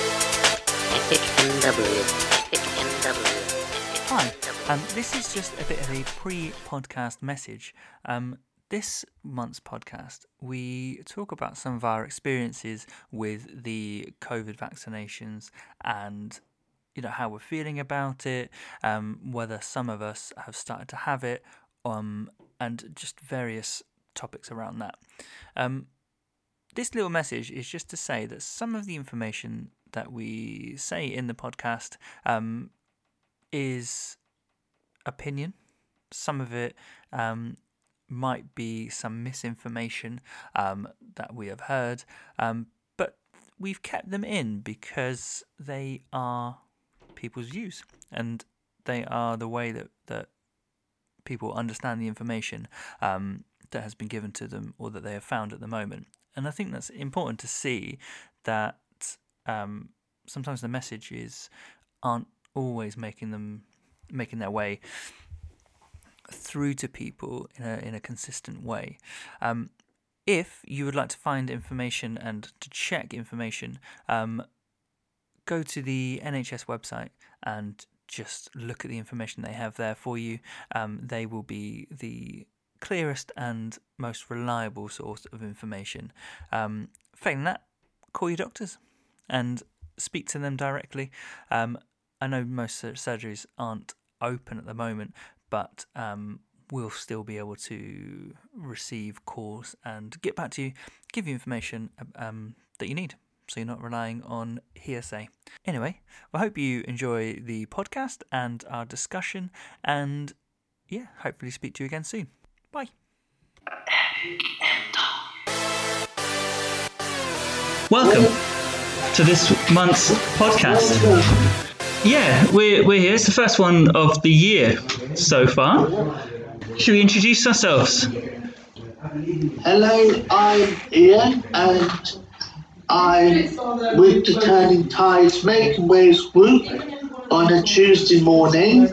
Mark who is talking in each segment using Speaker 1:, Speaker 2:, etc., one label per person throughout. Speaker 1: Epic MW. Epic MW.
Speaker 2: Hi, um, this is just a bit of a pre podcast message. Um, this month's podcast, we talk about some of our experiences with the COVID vaccinations and you know how we're feeling about it, um, whether some of us have started to have it, um, and just various topics around that. Um, this little message is just to say that some of the information that we say in the podcast um, is opinion. Some of it um, might be some misinformation um, that we have heard, um, but we've kept them in because they are people's views and they are the way that, that people understand the information um, that has been given to them or that they have found at the moment. And I think that's important to see that um, sometimes the messages aren't always making them making their way through to people in a in a consistent way. Um, if you would like to find information and to check information, um, go to the NHS website and just look at the information they have there for you. Um, they will be the clearest and most reliable source of information. Um, failing that, call your doctors and speak to them directly. Um, I know most sur- surgeries aren't open at the moment, but um, we'll still be able to receive calls and get back to you, give you information um, that you need so you're not relying on hearsay. Anyway, I hope you enjoy the podcast and our discussion, and yeah, hopefully speak to you again soon. Bye.
Speaker 3: Welcome to this month's podcast. Yeah, we're, we're here. It's the first one of the year so far. Should we introduce ourselves?
Speaker 4: Hello, I'm Ian, and I'm with the Turning Tides Making Waves group on a Tuesday morning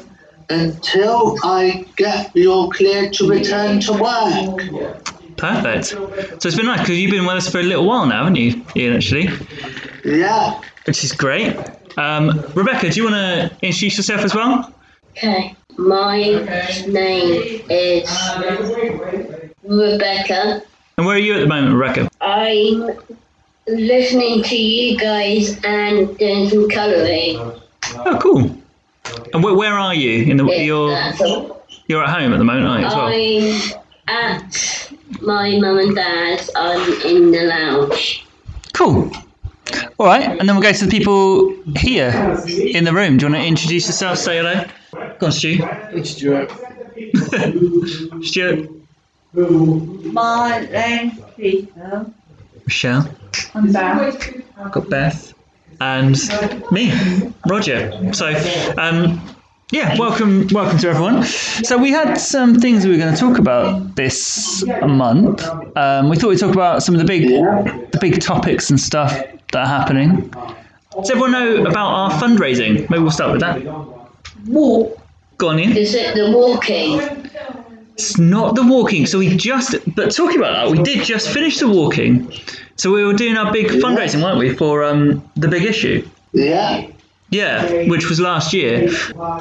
Speaker 4: until I get the all clear to return to work.
Speaker 3: Perfect. So it's been nice because you've been with us for a little while now, haven't you, Ian, actually?
Speaker 4: Yeah,
Speaker 3: Which is great. Um, Rebecca, do you want to introduce yourself as well?
Speaker 5: Okay. My name is Rebecca.
Speaker 3: And where are you at the moment, Rebecca?
Speaker 5: I'm listening to you guys and doing some colouring.
Speaker 3: Oh, cool. And wh- where are you? In the
Speaker 5: If
Speaker 3: you're
Speaker 5: that's all.
Speaker 3: you're at home at the moment, aren't you? As well.
Speaker 5: I'm at my mum and dad's. I'm in the lounge.
Speaker 3: Cool. All right, and then we'll go to the people here in the room. Do you want to introduce yourself? Say hello. Go on, Stu. Stuart.
Speaker 6: My name's Peter.
Speaker 3: Michelle.
Speaker 6: I'm back.
Speaker 3: I've got Beth. And me, Roger. So, um, yeah, welcome, welcome to everyone. So we had some things we were going to talk about this month. Um, we thought we'd talk about some of the big, the big topics and stuff that are happening. Does everyone know about our fundraising? Maybe we'll start with that. Walk. Go on, Ian.
Speaker 5: Is it the walking?
Speaker 3: It's not the walking. So we just, but talking about that, we did just finish the walking. So we were doing our big fundraising, weren't we, for um, the big issue?
Speaker 4: yeah,
Speaker 3: Yeah, which was last year.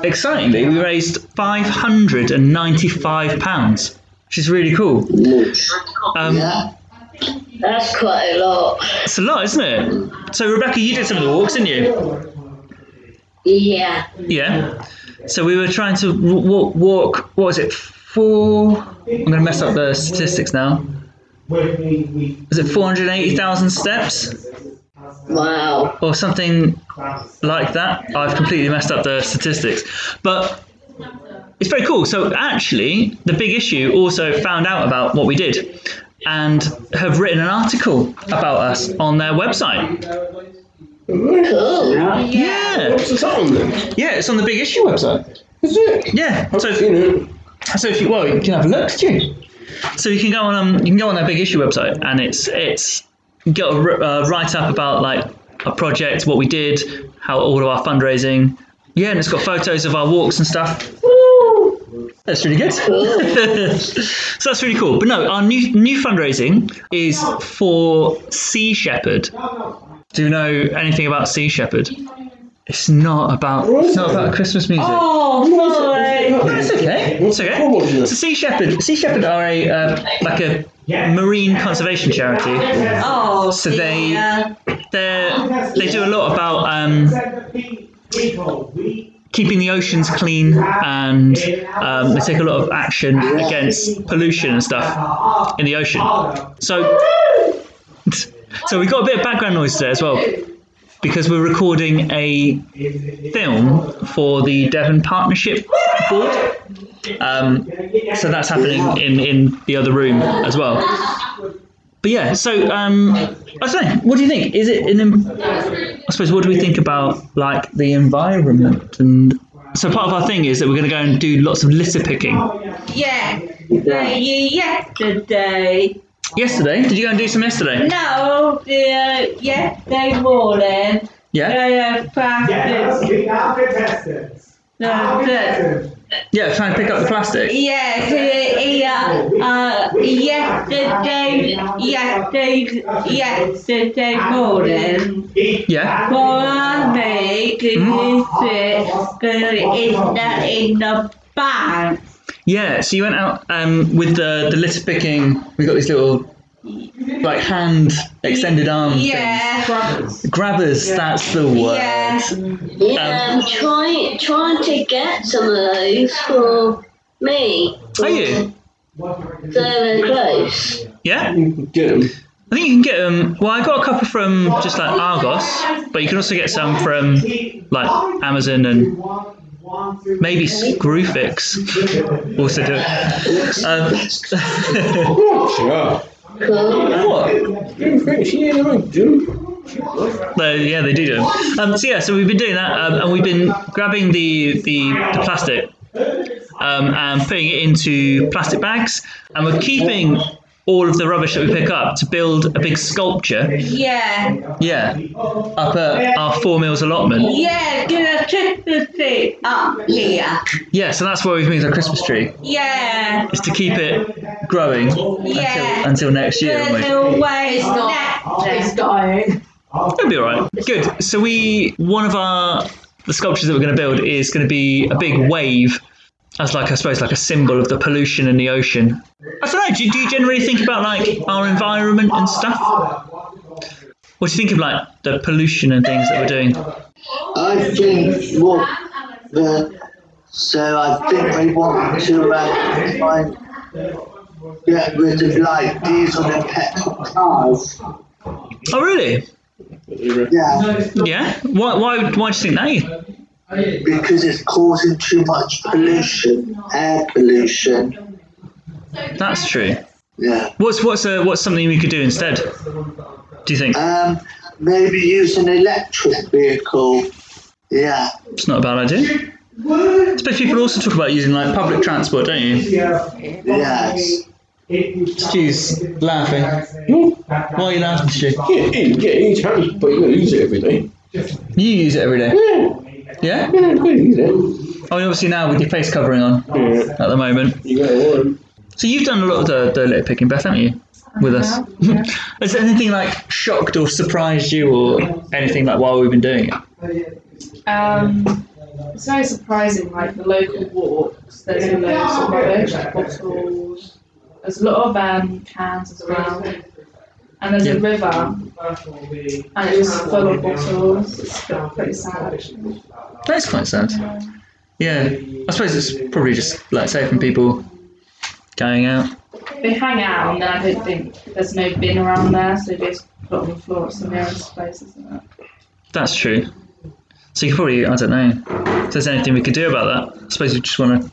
Speaker 3: Excitingly, we raised five hundred and ninety-five pounds, which is really cool. Um,
Speaker 4: yeah.
Speaker 5: That's quite a lot.
Speaker 3: It's a lot, isn't it? So Rebecca, you did some of the walks, didn't you?
Speaker 5: Yeah.
Speaker 3: Yeah. So we were trying to walk. walk what was it? Four. I'm gonna mess up the statistics now. Was it four hundred eighty thousand steps?
Speaker 5: Wow.
Speaker 3: or something like that. I've completely messed up the statistics, but it's very cool. So actually, the big issue also found out about what we did and have written an article about us on their website.
Speaker 5: Cool.
Speaker 3: Yeah,
Speaker 7: What's the time then?
Speaker 3: yeah, it's on the big issue website.
Speaker 7: Is it?
Speaker 3: Yeah, so
Speaker 7: You know,
Speaker 2: So if you well, you can have a look, could you? So you can go on um, you can go on their big issue website, and it's it's got a r- uh, write up about like our project, what we did, how all of our fundraising. Yeah, and it's got photos of our walks and stuff. Woo! That's really good. so that's really cool. But no, our new new fundraising is for Sea Shepherd. Do you know anything about Sea Shepherd? It's not about it's not about Christmas music.
Speaker 6: Oh, fine.
Speaker 2: No, it's okay. It's okay. So Sea Shepherd, Sea Shepherd are a uh, like a marine conservation charity.
Speaker 6: Oh,
Speaker 2: So they-
Speaker 6: dear.
Speaker 2: They they do a lot about um, keeping the oceans clean, and um, they take a lot of action against pollution and stuff in the ocean. So so we got a bit of background noise there as well because we're recording a film for the Devon Partnership Board. Um, so that's happening in, in the other room as well. But yeah, so um, I don't know. What do you think? Is it an? Im- I suppose what do we think about like the environment and? So part of our thing is that we're going to go and do lots of litter picking.
Speaker 6: Yeah. Yeah, yesterday.
Speaker 2: Yesterday, did you go and do some yesterday?
Speaker 6: No, the, yesterday morning.
Speaker 2: Yeah,
Speaker 6: I uh, practiced. No, the,
Speaker 2: yeah. Trying to pick up the plastic.
Speaker 6: Yes, uh, uh, yesterday, yesterday, yesterday morning,
Speaker 2: Yeah,
Speaker 6: for me, this is not in the bank.
Speaker 2: yeah. So you went out um, with the the litter picking. We got these little like hand extended arm things.
Speaker 6: Yeah,
Speaker 2: Grabbers. That's the word.
Speaker 6: yeah,
Speaker 5: Yeah, I'm trying trying to get some of those for me.
Speaker 2: Are you?
Speaker 5: So they're close.
Speaker 2: Yeah.
Speaker 7: Get him.
Speaker 2: I think you can get them. Well, I got a couple from Um, just like Argos, but you can also get some from like Amazon and maybe Screwfix also do it. Um,
Speaker 7: Yeah.
Speaker 5: Cool.
Speaker 2: what?
Speaker 7: She ain't right, dude.
Speaker 2: No, yeah, they do do. 'em. Um, so yeah, so we've been doing that, um, and we've been grabbing the the, the plastic um, and putting it into plastic bags, and we're keeping all of the rubbish that we pick up to build a big sculpture.
Speaker 6: yeah,
Speaker 2: Yeah, up at our four meals allotment.
Speaker 6: yeah, gonna check the thing up here.
Speaker 2: Yeah, so that's why we've moved our Christmas tree.
Speaker 6: Yeah,
Speaker 2: Is to keep it growing
Speaker 6: Yeah.
Speaker 2: until, until next year.
Speaker 6: there's
Speaker 2: Won't
Speaker 6: no way it's not.
Speaker 2: we? It'll be all right. Good. So we one of our the sculptures that we're going to build is going to be a big wave, as like I suppose like a symbol of the pollution in the ocean. I don't know. Do you, do you generally think about like our environment and stuff? What do you think of like the pollution and things that we're doing?
Speaker 4: I think what the so I think they want to uh, try and get rid of like diesel and petrol cars.
Speaker 2: Oh really?
Speaker 4: Yeah,
Speaker 2: Yeah. Why why why do you think that?
Speaker 4: because it's causing too much pollution, air pollution.
Speaker 2: That's true.
Speaker 4: Yeah.
Speaker 2: What's what's a, what's something we could do instead? Do you think
Speaker 4: Um, maybe use an electric vehicle. Yeah.
Speaker 2: it's not a bad idea? Especially people also talk about using like public transport, don't you?
Speaker 4: Yes.
Speaker 2: Stu's laughing. Why are you laughing, Stu?
Speaker 7: Get in, get in. It's handy, but you gotta use it every day.
Speaker 2: You use it every day.
Speaker 7: Yeah,
Speaker 2: Yeah.
Speaker 7: yeah, you gotta use it.
Speaker 2: I mean, obviously now with your face covering on
Speaker 7: Yeah,
Speaker 2: at the moment.
Speaker 7: you gotta learn.
Speaker 2: So you've done a lot of the, the litter picking, Beth, haven't you? With us. Has there anything like shocked or surprised you or anything like while we've been doing it?
Speaker 8: Um, it's very surprising, like the local walks, there's loads of rubbish, bottles, there's a lot of um, cans as well, and there's a
Speaker 2: Yeah.
Speaker 8: river, and it was full of bottles. It's pretty sad, actually.
Speaker 2: That's quite sad. Yeah. I suppose it's probably just like say from people going out.
Speaker 8: They hang out, and then I don't think there's no bin around there, so they just put on the floor at some nearest place, isn't it?
Speaker 2: That's true. So you could probably, I don't know, if there's anything we could do about that. I suppose we just want to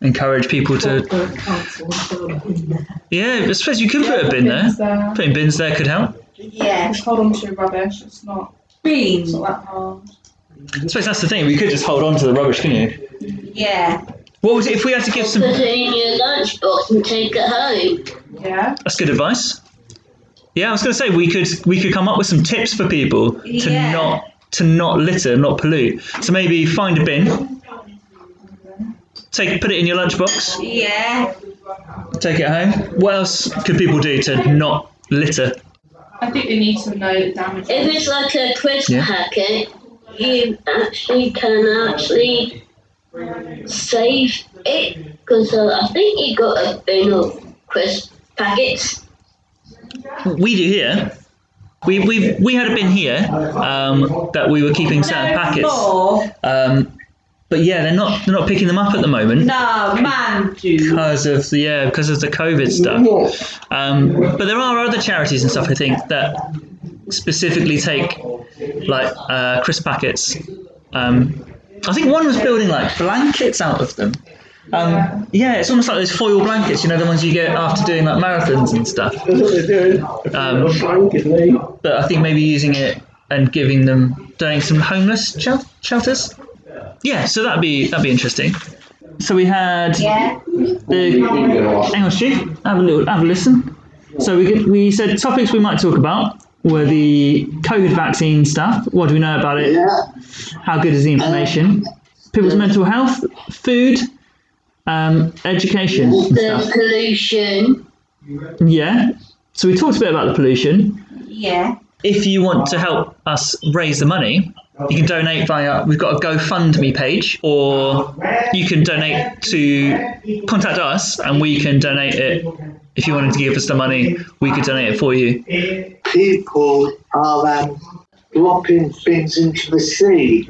Speaker 2: encourage people to. Yeah, I suppose you could put a bin there.
Speaker 8: Bins there.
Speaker 2: Putting bins there could help.
Speaker 6: Yeah,
Speaker 8: Just hold on to your rubbish, it's not, it's
Speaker 6: beans.
Speaker 8: not that hard.
Speaker 2: I suppose that's the thing, we could just hold on to the rubbish, couldn't you?
Speaker 6: Yeah,
Speaker 3: What was it if we had to give some?
Speaker 5: Put it in your lunchbox and take it home.
Speaker 8: Yeah.
Speaker 3: That's good advice. Yeah, I was going to say we could we could come up with some tips for people to
Speaker 6: Yeah.
Speaker 3: not to not litter, not pollute. So maybe find a bin, take put it in your lunchbox,
Speaker 6: Yeah.
Speaker 3: take it home. What else could people do to not litter?
Speaker 8: I think they need to know the damage.
Speaker 5: If it's like a crisp
Speaker 3: Yeah.
Speaker 5: packet, you actually can actually save it because uh, I think you got a bin of crisp packets.
Speaker 3: We do here. We we we had a bin here um, that we were keeping certain packets.
Speaker 6: More.
Speaker 3: Um, but yeah, they're not they're not picking them up at the moment
Speaker 6: No, man, do.
Speaker 3: because of the yeah because of the COVID stuff. Um, but there are other charities and stuff I think that specifically take like uh, crisp packets. Um, I think one was building like blankets out of them. Um, yeah, it's almost like those foil blankets, you know, the ones you get after doing like marathons and stuff.
Speaker 7: That's what they're doing.
Speaker 3: Um,
Speaker 7: They're flanking me.
Speaker 3: But I think maybe using it and giving them donating some homeless shel- shelters. Yeah, so that'd be that'd be interesting. So we had
Speaker 6: Yeah.
Speaker 3: the Hang on, Stu. Have a little, have a listen. So we get, we said topics we might talk about were the COVID vaccine stuff. What do we know about it?
Speaker 4: Yeah.
Speaker 3: How good is the information? People's mental health, food, um, education, and
Speaker 5: The
Speaker 3: stuff.
Speaker 5: pollution.
Speaker 3: Yeah. So we talked a bit about the pollution.
Speaker 6: Yeah.
Speaker 3: If you want to help us raise the money, you can donate via. We've got a GoFundMe page, or you can donate to contact us, and we can donate it. If you wanted to give us the money, we could donate it for you.
Speaker 4: people are um, dropping things into the sea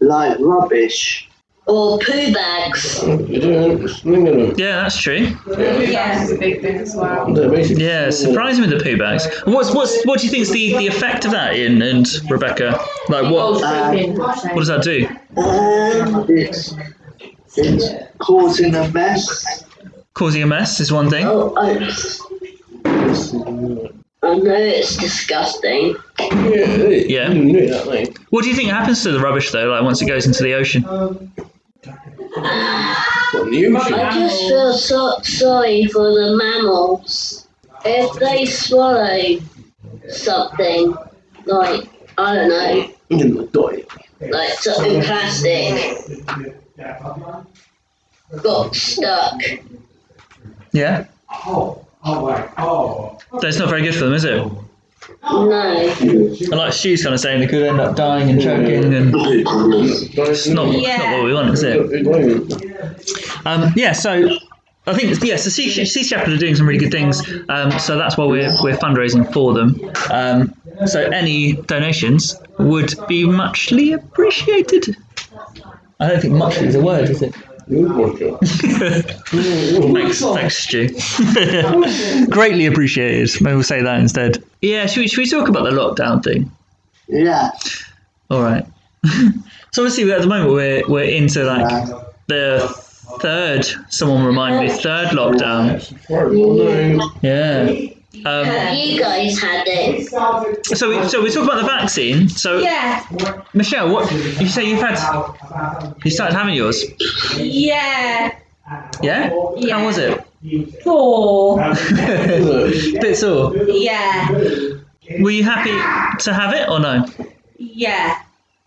Speaker 4: like rubbish.
Speaker 5: Or poo bags.
Speaker 7: They're doing slinging them.
Speaker 3: Yeah, that's true.
Speaker 8: That's
Speaker 6: Yeah.
Speaker 8: a big thing as well.
Speaker 7: They're basically
Speaker 3: Yeah,
Speaker 7: slinging them.
Speaker 3: surprising with the poo bags. What's what's what do you think's the, the effect of that, Ian and Rebecca? Like what what does that do?
Speaker 4: Um, it's, it's causing a mess.
Speaker 3: Causing a mess is one thing.
Speaker 5: Oh, oats. I know it's disgusting.
Speaker 7: Yeah, they-
Speaker 3: Yeah.
Speaker 7: you knew that, mate.
Speaker 3: What do you think happens to the rubbish though? Like once it goes into the ocean?
Speaker 7: What, in the
Speaker 5: I
Speaker 7: ocean?
Speaker 5: just feel so sorry for the mammals. If they swallow something, like, I don't know,
Speaker 7: In the die.
Speaker 5: like something plastic, got stuck.
Speaker 3: Yeah. That's not very good for them, is it?
Speaker 5: No.
Speaker 3: And like Stu's kind of saying, they could end up dying and choking, and it's not, it's not what we want, is it? Um, yeah, so I think yes, the Sea, sea Shepherd are doing some really good things. Um, so that's why we're we're fundraising for them. Um, so any donations would be muchly appreciated. I don't think muchly is a word, is it? thanks, thanks, Stu. Greatly appreciated. Maybe we'll say that instead. Yeah, should we, should we talk about the lockdown thing?
Speaker 4: Yeah.
Speaker 3: All right. so obviously, at the moment, we're we're into like the third. Someone reminded me third lockdown. Yeah. Um,
Speaker 5: Have you guys had it?
Speaker 3: so, we, so we talk about the vaccine. So,
Speaker 6: Yeah.
Speaker 3: Michelle, what you say you've had? You started having yours,
Speaker 6: Yeah.
Speaker 3: yeah?
Speaker 6: Yeah.
Speaker 3: How was it?
Speaker 6: Four.
Speaker 3: Bit sore.
Speaker 6: Yeah.
Speaker 3: Were you happy to have it or no?
Speaker 6: Yeah.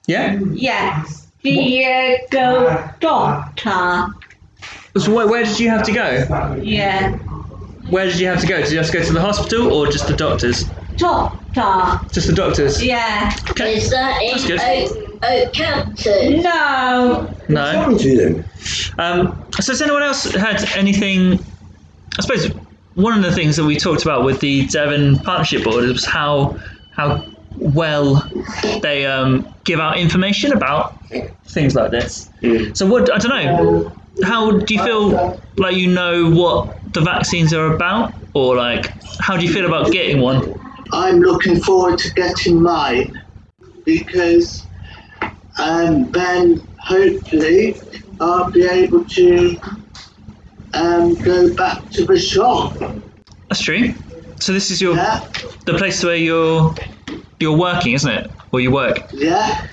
Speaker 3: Yeah.
Speaker 6: Yeah. Diego Doctor.
Speaker 3: So where, where did you have to go?
Speaker 6: Yeah.
Speaker 3: Where did you have to go? Did you have to go to the hospital or just the doctors?
Speaker 6: Doctor.
Speaker 3: Just the doctors.
Speaker 6: Yeah.
Speaker 3: Okay.
Speaker 5: Is that
Speaker 3: That's
Speaker 5: in
Speaker 3: good.
Speaker 5: Oak, Oak County?
Speaker 6: No.
Speaker 3: No. Um, so has anyone else had anything? I suppose one of the things that we talked about with the Devon Partnership Board was how how well they um, give out information about things like this.
Speaker 7: Mm.
Speaker 3: So what I don't know. How do you feel like you know what the vaccines are about, or like how do you feel about getting one?
Speaker 4: I'm looking forward to getting mine because um, then hopefully I'll be able to um, go back to the shop.
Speaker 3: That's true. So this is your
Speaker 4: Yeah,
Speaker 3: the place where you're you're working, isn't it? Or you work.
Speaker 4: yeah,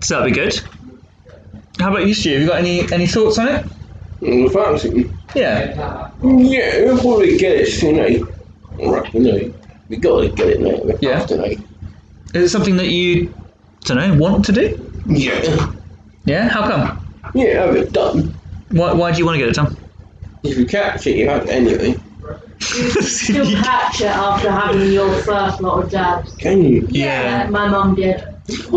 Speaker 3: So that'd be good. How about you, Stu? Have you got any, any thoughts on it?
Speaker 7: Mm, the fancy.
Speaker 3: Yeah.
Speaker 7: Yeah, we'll probably get it soon, eh? Right, you know, we gotta get it now. We
Speaker 3: Yeah.
Speaker 7: have to, know.
Speaker 3: Is it something that you, don't know, want to do?
Speaker 7: Yeah.
Speaker 3: Yeah? How come?
Speaker 7: Yeah, have it done.
Speaker 3: Why, why do you want to get it done?
Speaker 7: If you catch it, you have it anyway.
Speaker 6: Still catch it after having your first lot of dabs.
Speaker 7: Can you?
Speaker 3: Yeah.
Speaker 6: Like my mum did.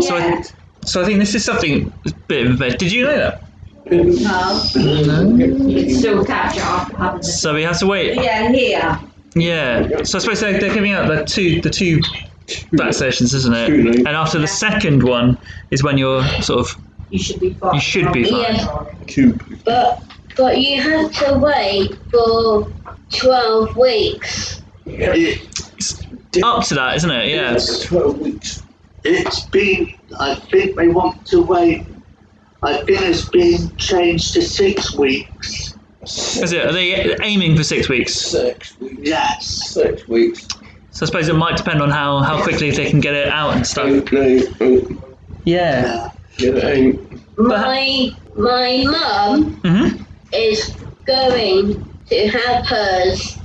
Speaker 3: So, I, so I think this is something a bit of a bit. Did you know that?
Speaker 6: No, you can still catch it after having it.
Speaker 3: So we have to wait.
Speaker 6: Yeah, here.
Speaker 3: Yeah. So I suppose they're, they're giving out the two the two vaccinations, isn't it?
Speaker 7: Two, no.
Speaker 3: And after the second one is when you're sort of
Speaker 6: You should be fine.
Speaker 3: you should be fine.
Speaker 5: Yeah,
Speaker 7: Two.
Speaker 5: but but you had to wait for twelve weeks.
Speaker 4: It,
Speaker 3: Up to that, isn't it? Yeah.
Speaker 7: Twelve weeks.
Speaker 4: it's been, I think they want to wait. I think it's been changed to six weeks.
Speaker 3: Is it? Are they aiming for six weeks?
Speaker 7: Six weeks.
Speaker 4: Yes.
Speaker 7: Six weeks.
Speaker 3: So I suppose it might depend on how, how quickly they can get it out and stuff.
Speaker 7: Don't know. Don't
Speaker 3: Yeah.
Speaker 4: Yeah.
Speaker 7: Get it ain't.
Speaker 5: My my mum
Speaker 3: Mhm.
Speaker 5: is going to have hers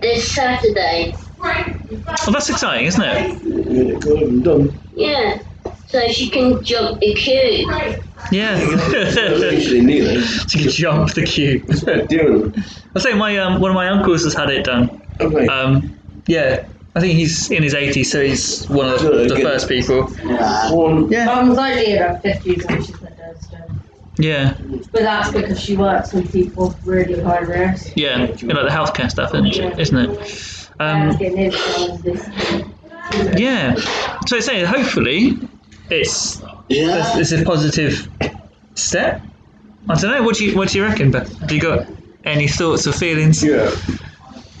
Speaker 5: this Saturday.
Speaker 3: Well, that's exciting, isn't it?
Speaker 7: Get it good and done.
Speaker 5: Yeah, so she can jump the queue.
Speaker 3: Yeah.
Speaker 7: Usually neither.
Speaker 3: so you jump the queue.
Speaker 7: Doing.
Speaker 3: I think my um, one of my uncles has had it done.
Speaker 7: Okay.
Speaker 3: Um, yeah, I think he's in his 80s, so he's one of the,
Speaker 7: Good,
Speaker 3: the
Speaker 7: good.
Speaker 3: first people.
Speaker 4: Yeah.
Speaker 7: One.
Speaker 3: Yeah.
Speaker 6: Mum's only about 50 when she's at Desden.
Speaker 3: Yeah,
Speaker 6: But that's because she works with people really high risk.
Speaker 3: yeah, you know, like the healthcare stuff, isn't it? Isn't it? Um,
Speaker 6: Asking if this
Speaker 3: yeah, so I say, hopefully, it's it's,
Speaker 4: Yeah.
Speaker 3: it's a positive step. I don't know. What do you What do you reckon, Beth? Have you got any thoughts or feelings?
Speaker 7: Yeah.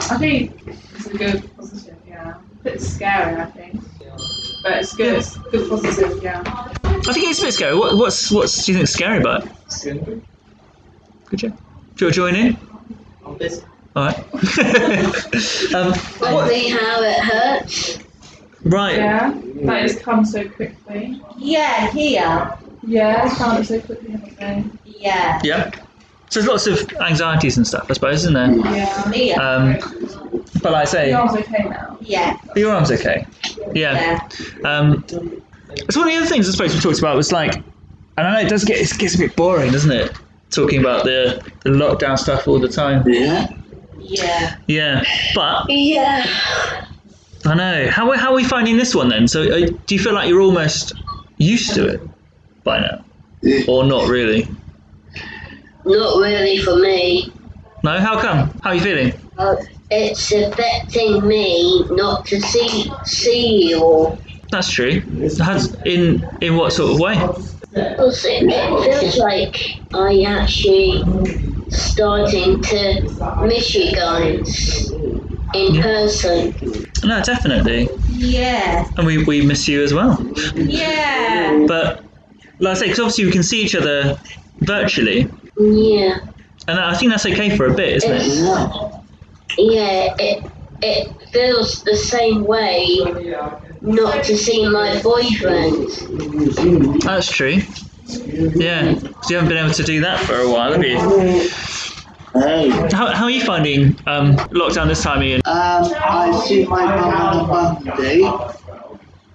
Speaker 8: I think it's a good positive, yeah. A bit scary, I think. But it's good,
Speaker 3: Yeah.
Speaker 8: it's good positive, yeah.
Speaker 3: I think it's a bit scary. What, what's What's do you think scary about? it? Good job. Do you want to join in? All right. um,
Speaker 5: I
Speaker 3: what-
Speaker 5: see how it hurts.
Speaker 3: right.
Speaker 8: Yeah. Like it's come so quickly.
Speaker 6: Yeah, here.
Speaker 8: Yeah, it's come so quickly, haven't they?
Speaker 6: Yeah.
Speaker 3: Yeah. So there's lots of anxieties and stuff, I suppose, isn't there?
Speaker 8: Yeah.
Speaker 6: Here.
Speaker 3: Um, but like I say,
Speaker 8: Your arm's okay now.
Speaker 6: Yeah.
Speaker 3: your arm's okay. Yeah. Um, it's one of the other things I suppose we talked about was like, and I know it does get it gets a bit boring, doesn't it? Talking about the, the lockdown stuff all the time.
Speaker 4: Yeah.
Speaker 6: Yeah.
Speaker 3: Yeah. But
Speaker 5: Yeah.
Speaker 3: I know how how are we finding this one then? So uh, do you feel like you're almost used to it by now,
Speaker 4: Yeah.
Speaker 3: or not really?
Speaker 5: Not really for me.
Speaker 3: No. How come? How are you feeling?
Speaker 5: Uh, It's affecting me not to see see you all.
Speaker 3: That's true. Has in in what sort of way?
Speaker 5: Because it, it feels like I actually starting to miss you guys in person.
Speaker 3: No, definitely.
Speaker 6: Yeah.
Speaker 3: And we, we miss you as well.
Speaker 6: Yeah.
Speaker 3: But like I say, because obviously we can see each other virtually,
Speaker 5: Yeah.
Speaker 3: and I think that's okay for a bit, isn't it?
Speaker 5: It's, yeah, it it feels the same way not to see my boyfriend.
Speaker 3: That's true. Yeah, 'cause you haven't been able to do that for a while, have you?
Speaker 4: Hey.
Speaker 3: How, how are you finding um, lockdown this time, Ian?
Speaker 4: Um, I see my mum on a Monday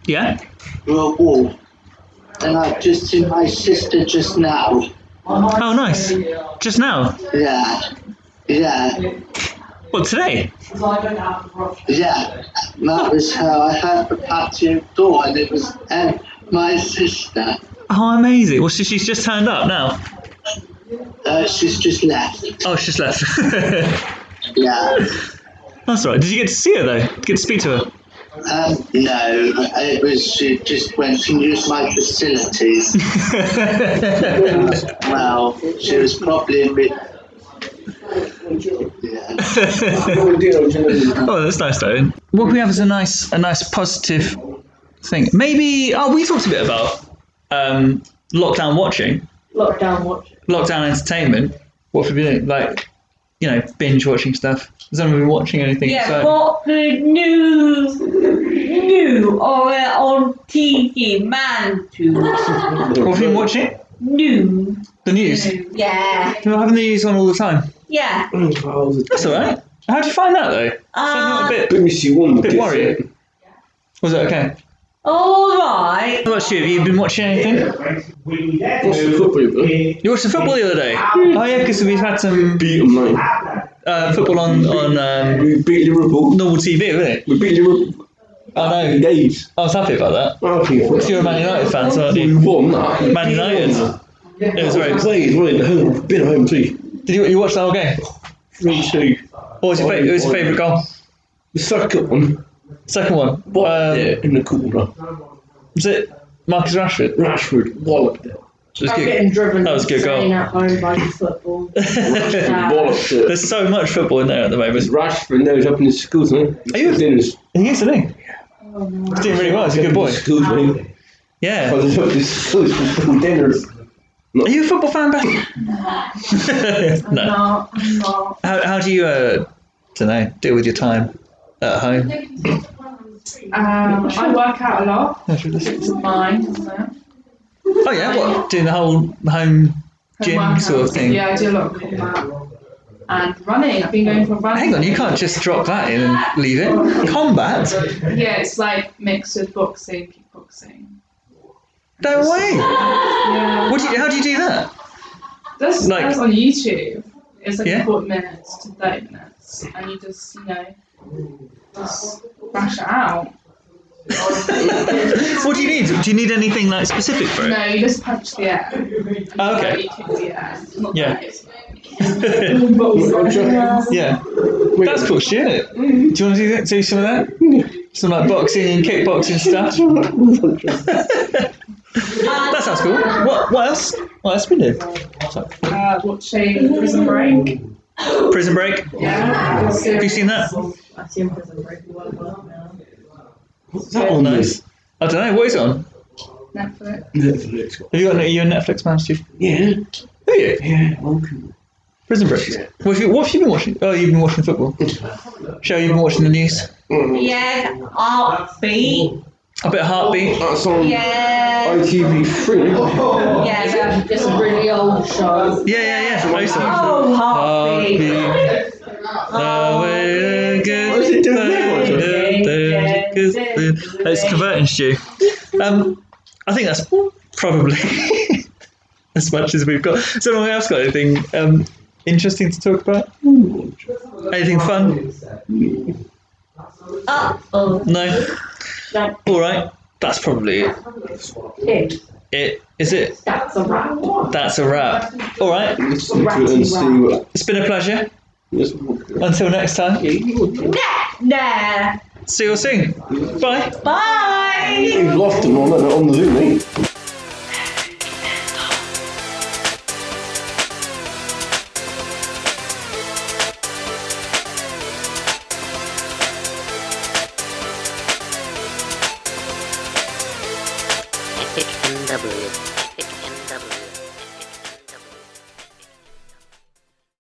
Speaker 3: Yeah,
Speaker 4: for a walk, and I've just seen my sister just now.
Speaker 3: Oh, nice. just now.
Speaker 4: Yeah. Yeah.
Speaker 3: Well, today.
Speaker 4: Yeah. That was how I had the patio door, and it was and my sister.
Speaker 3: Oh, amazing. Well, she, she's just turned up now.
Speaker 4: Uh, she's just left.
Speaker 3: Oh, she's left.
Speaker 4: Yeah.
Speaker 3: that's all right. Did you get to see her though? Did you get to speak to her?
Speaker 4: Um, no, it was she just went to use my facilities. Well, she was probably in mid. Yeah.
Speaker 7: No idea what you're doing.
Speaker 3: Oh, that's nice though. What we have is a nice, a nice positive thing. Maybe. Oh, we talked a bit about um, lockdown watching,
Speaker 6: Lockdown watch.
Speaker 3: lockdown entertainment. What have we been doing? Like, you know, binge watching stuff. Has anyone been watching anything?
Speaker 6: Yeah,
Speaker 3: exciting?
Speaker 6: what the new, new or uh, on TV man to
Speaker 3: what have you been watching?
Speaker 6: new
Speaker 3: The news.
Speaker 9: Yeah.
Speaker 3: You're having the news on all the time.
Speaker 9: Yeah.
Speaker 3: That's all right. How do you find that though? So I'm not
Speaker 9: Uh,
Speaker 3: a bit.
Speaker 7: BBC One.
Speaker 3: Bit
Speaker 7: gets
Speaker 3: worried.
Speaker 7: it.
Speaker 3: Was it okay?
Speaker 9: all right.
Speaker 3: How about you? Have you been watching anything?
Speaker 7: What's the football book?
Speaker 3: You watched the football the other day. Oh yeah, because we've had some
Speaker 7: Beat them, mate.
Speaker 3: uh, football on on um,
Speaker 7: We beat Liverpool.
Speaker 3: normal TV, wasn't it?
Speaker 7: We beat Liverpool.
Speaker 3: I know.
Speaker 7: Days.
Speaker 3: I was happy about that.
Speaker 7: Well, people.
Speaker 3: Because you're a Man United fan, so aren't
Speaker 7: We
Speaker 3: you?
Speaker 7: won that.
Speaker 3: Man United. It was very.
Speaker 7: Played well in the home. Been at home too.
Speaker 3: Did you you watch the whole game?
Speaker 7: Three two.
Speaker 3: What was your, fa- what was your favourite goal?
Speaker 7: The second one.
Speaker 3: Second one. Um,
Speaker 7: Walloped it in the corner.
Speaker 3: was it Marcus Rashford?
Speaker 7: Rashford walloped it.
Speaker 3: It was
Speaker 6: I'm
Speaker 3: good.
Speaker 6: getting driven
Speaker 3: That was a good goal.
Speaker 6: insane at home by the football.
Speaker 7: Rashford walloped it.
Speaker 3: There's so much football in there at the moment.
Speaker 7: Because Rashford knows up in his schools, man.
Speaker 3: Are you-
Speaker 7: Dinners.
Speaker 3: He used to do. He's doing really well. He's a good boy.
Speaker 7: Schools, man.
Speaker 3: Yeah.
Speaker 7: Because up in his schools for football dinners.
Speaker 3: Are you a football fan, Beth?
Speaker 8: I'm
Speaker 3: no.
Speaker 8: not. I'm not.
Speaker 3: How, how do you, uh, don't know, deal with your time at home?
Speaker 8: Um, I work out a lot. It's
Speaker 3: Oh
Speaker 8: mine, isn't it?
Speaker 3: yeah, what doing the whole home gym
Speaker 8: Workouts.
Speaker 3: sort of thing?
Speaker 8: Yeah, I do a lot of combat and running. I've been going for running.
Speaker 3: Hang on, you can't just drop that in and leave it. Combat?
Speaker 8: Yeah, it's like mixed with boxing, kickboxing.
Speaker 3: No way.
Speaker 8: Yeah.
Speaker 3: What do you, how do you do that?
Speaker 8: That's,
Speaker 3: Like-
Speaker 8: that's on YouTube. It's like
Speaker 3: Yeah?
Speaker 8: 40 minutes to 30 minutes, and you just, you know, just bash it out.
Speaker 3: What do you need? Do you need anything like specific for it?
Speaker 8: No, you just punch the air.
Speaker 3: Oh, okay.
Speaker 8: You kick the air. It's not
Speaker 3: Yeah.
Speaker 8: that-
Speaker 3: yeah. That's cool shit, isn't it? Do you want to do, that, do some of that? Some like boxing and kickboxing stuff? that sounds cool. What, what else? What else we do? Sorry.
Speaker 8: Uh, watching Prison Break.
Speaker 3: Prison Break?
Speaker 8: Yeah.
Speaker 3: Have you seen that?
Speaker 6: I've seen Prison Break well, well now.
Speaker 7: What's that on
Speaker 3: Nice. I don't know. What is it on?
Speaker 8: Netflix.
Speaker 7: Netflix.
Speaker 3: Have you got are you a Netflix man, Steve?
Speaker 7: Yeah.
Speaker 3: Are you?
Speaker 7: Yeah. welcome.
Speaker 3: Prison Break.
Speaker 7: Yeah.
Speaker 3: What, have you, what have you been watching? Oh, you've been watching football. Show you've been watching the news.
Speaker 7: Mm.
Speaker 9: Yeah. Upbeat.
Speaker 3: A bit of heartbeat.
Speaker 7: That's on
Speaker 9: Yeah.
Speaker 7: ITV3.
Speaker 3: Oh.
Speaker 9: Yeah.
Speaker 6: Just a really old show.
Speaker 3: Yeah, yeah, yeah. I used to watch that.
Speaker 9: Oh, heartbeat.
Speaker 3: Heartbeat.
Speaker 9: Oh,
Speaker 3: Away again.
Speaker 9: What is
Speaker 7: it doing there?
Speaker 3: It's converting, Stu. Um, I think that's probably as much as we've got. Has anyone else got anything um, interesting to talk about? Anything fun?
Speaker 9: Uh, oh.
Speaker 3: No. All right. That's probably it.
Speaker 6: It.
Speaker 3: it. Is it?
Speaker 6: That's a wrap.
Speaker 3: That's a wrap. All right.
Speaker 7: Listen to it and see what.
Speaker 3: It's been a pleasure.
Speaker 7: Yes, okay.
Speaker 3: Until next time.
Speaker 9: Nah.
Speaker 3: See you all soon. Bye.
Speaker 9: Bye.
Speaker 7: You've lost them on, on the Zoom, eh? mate.
Speaker 1: NW.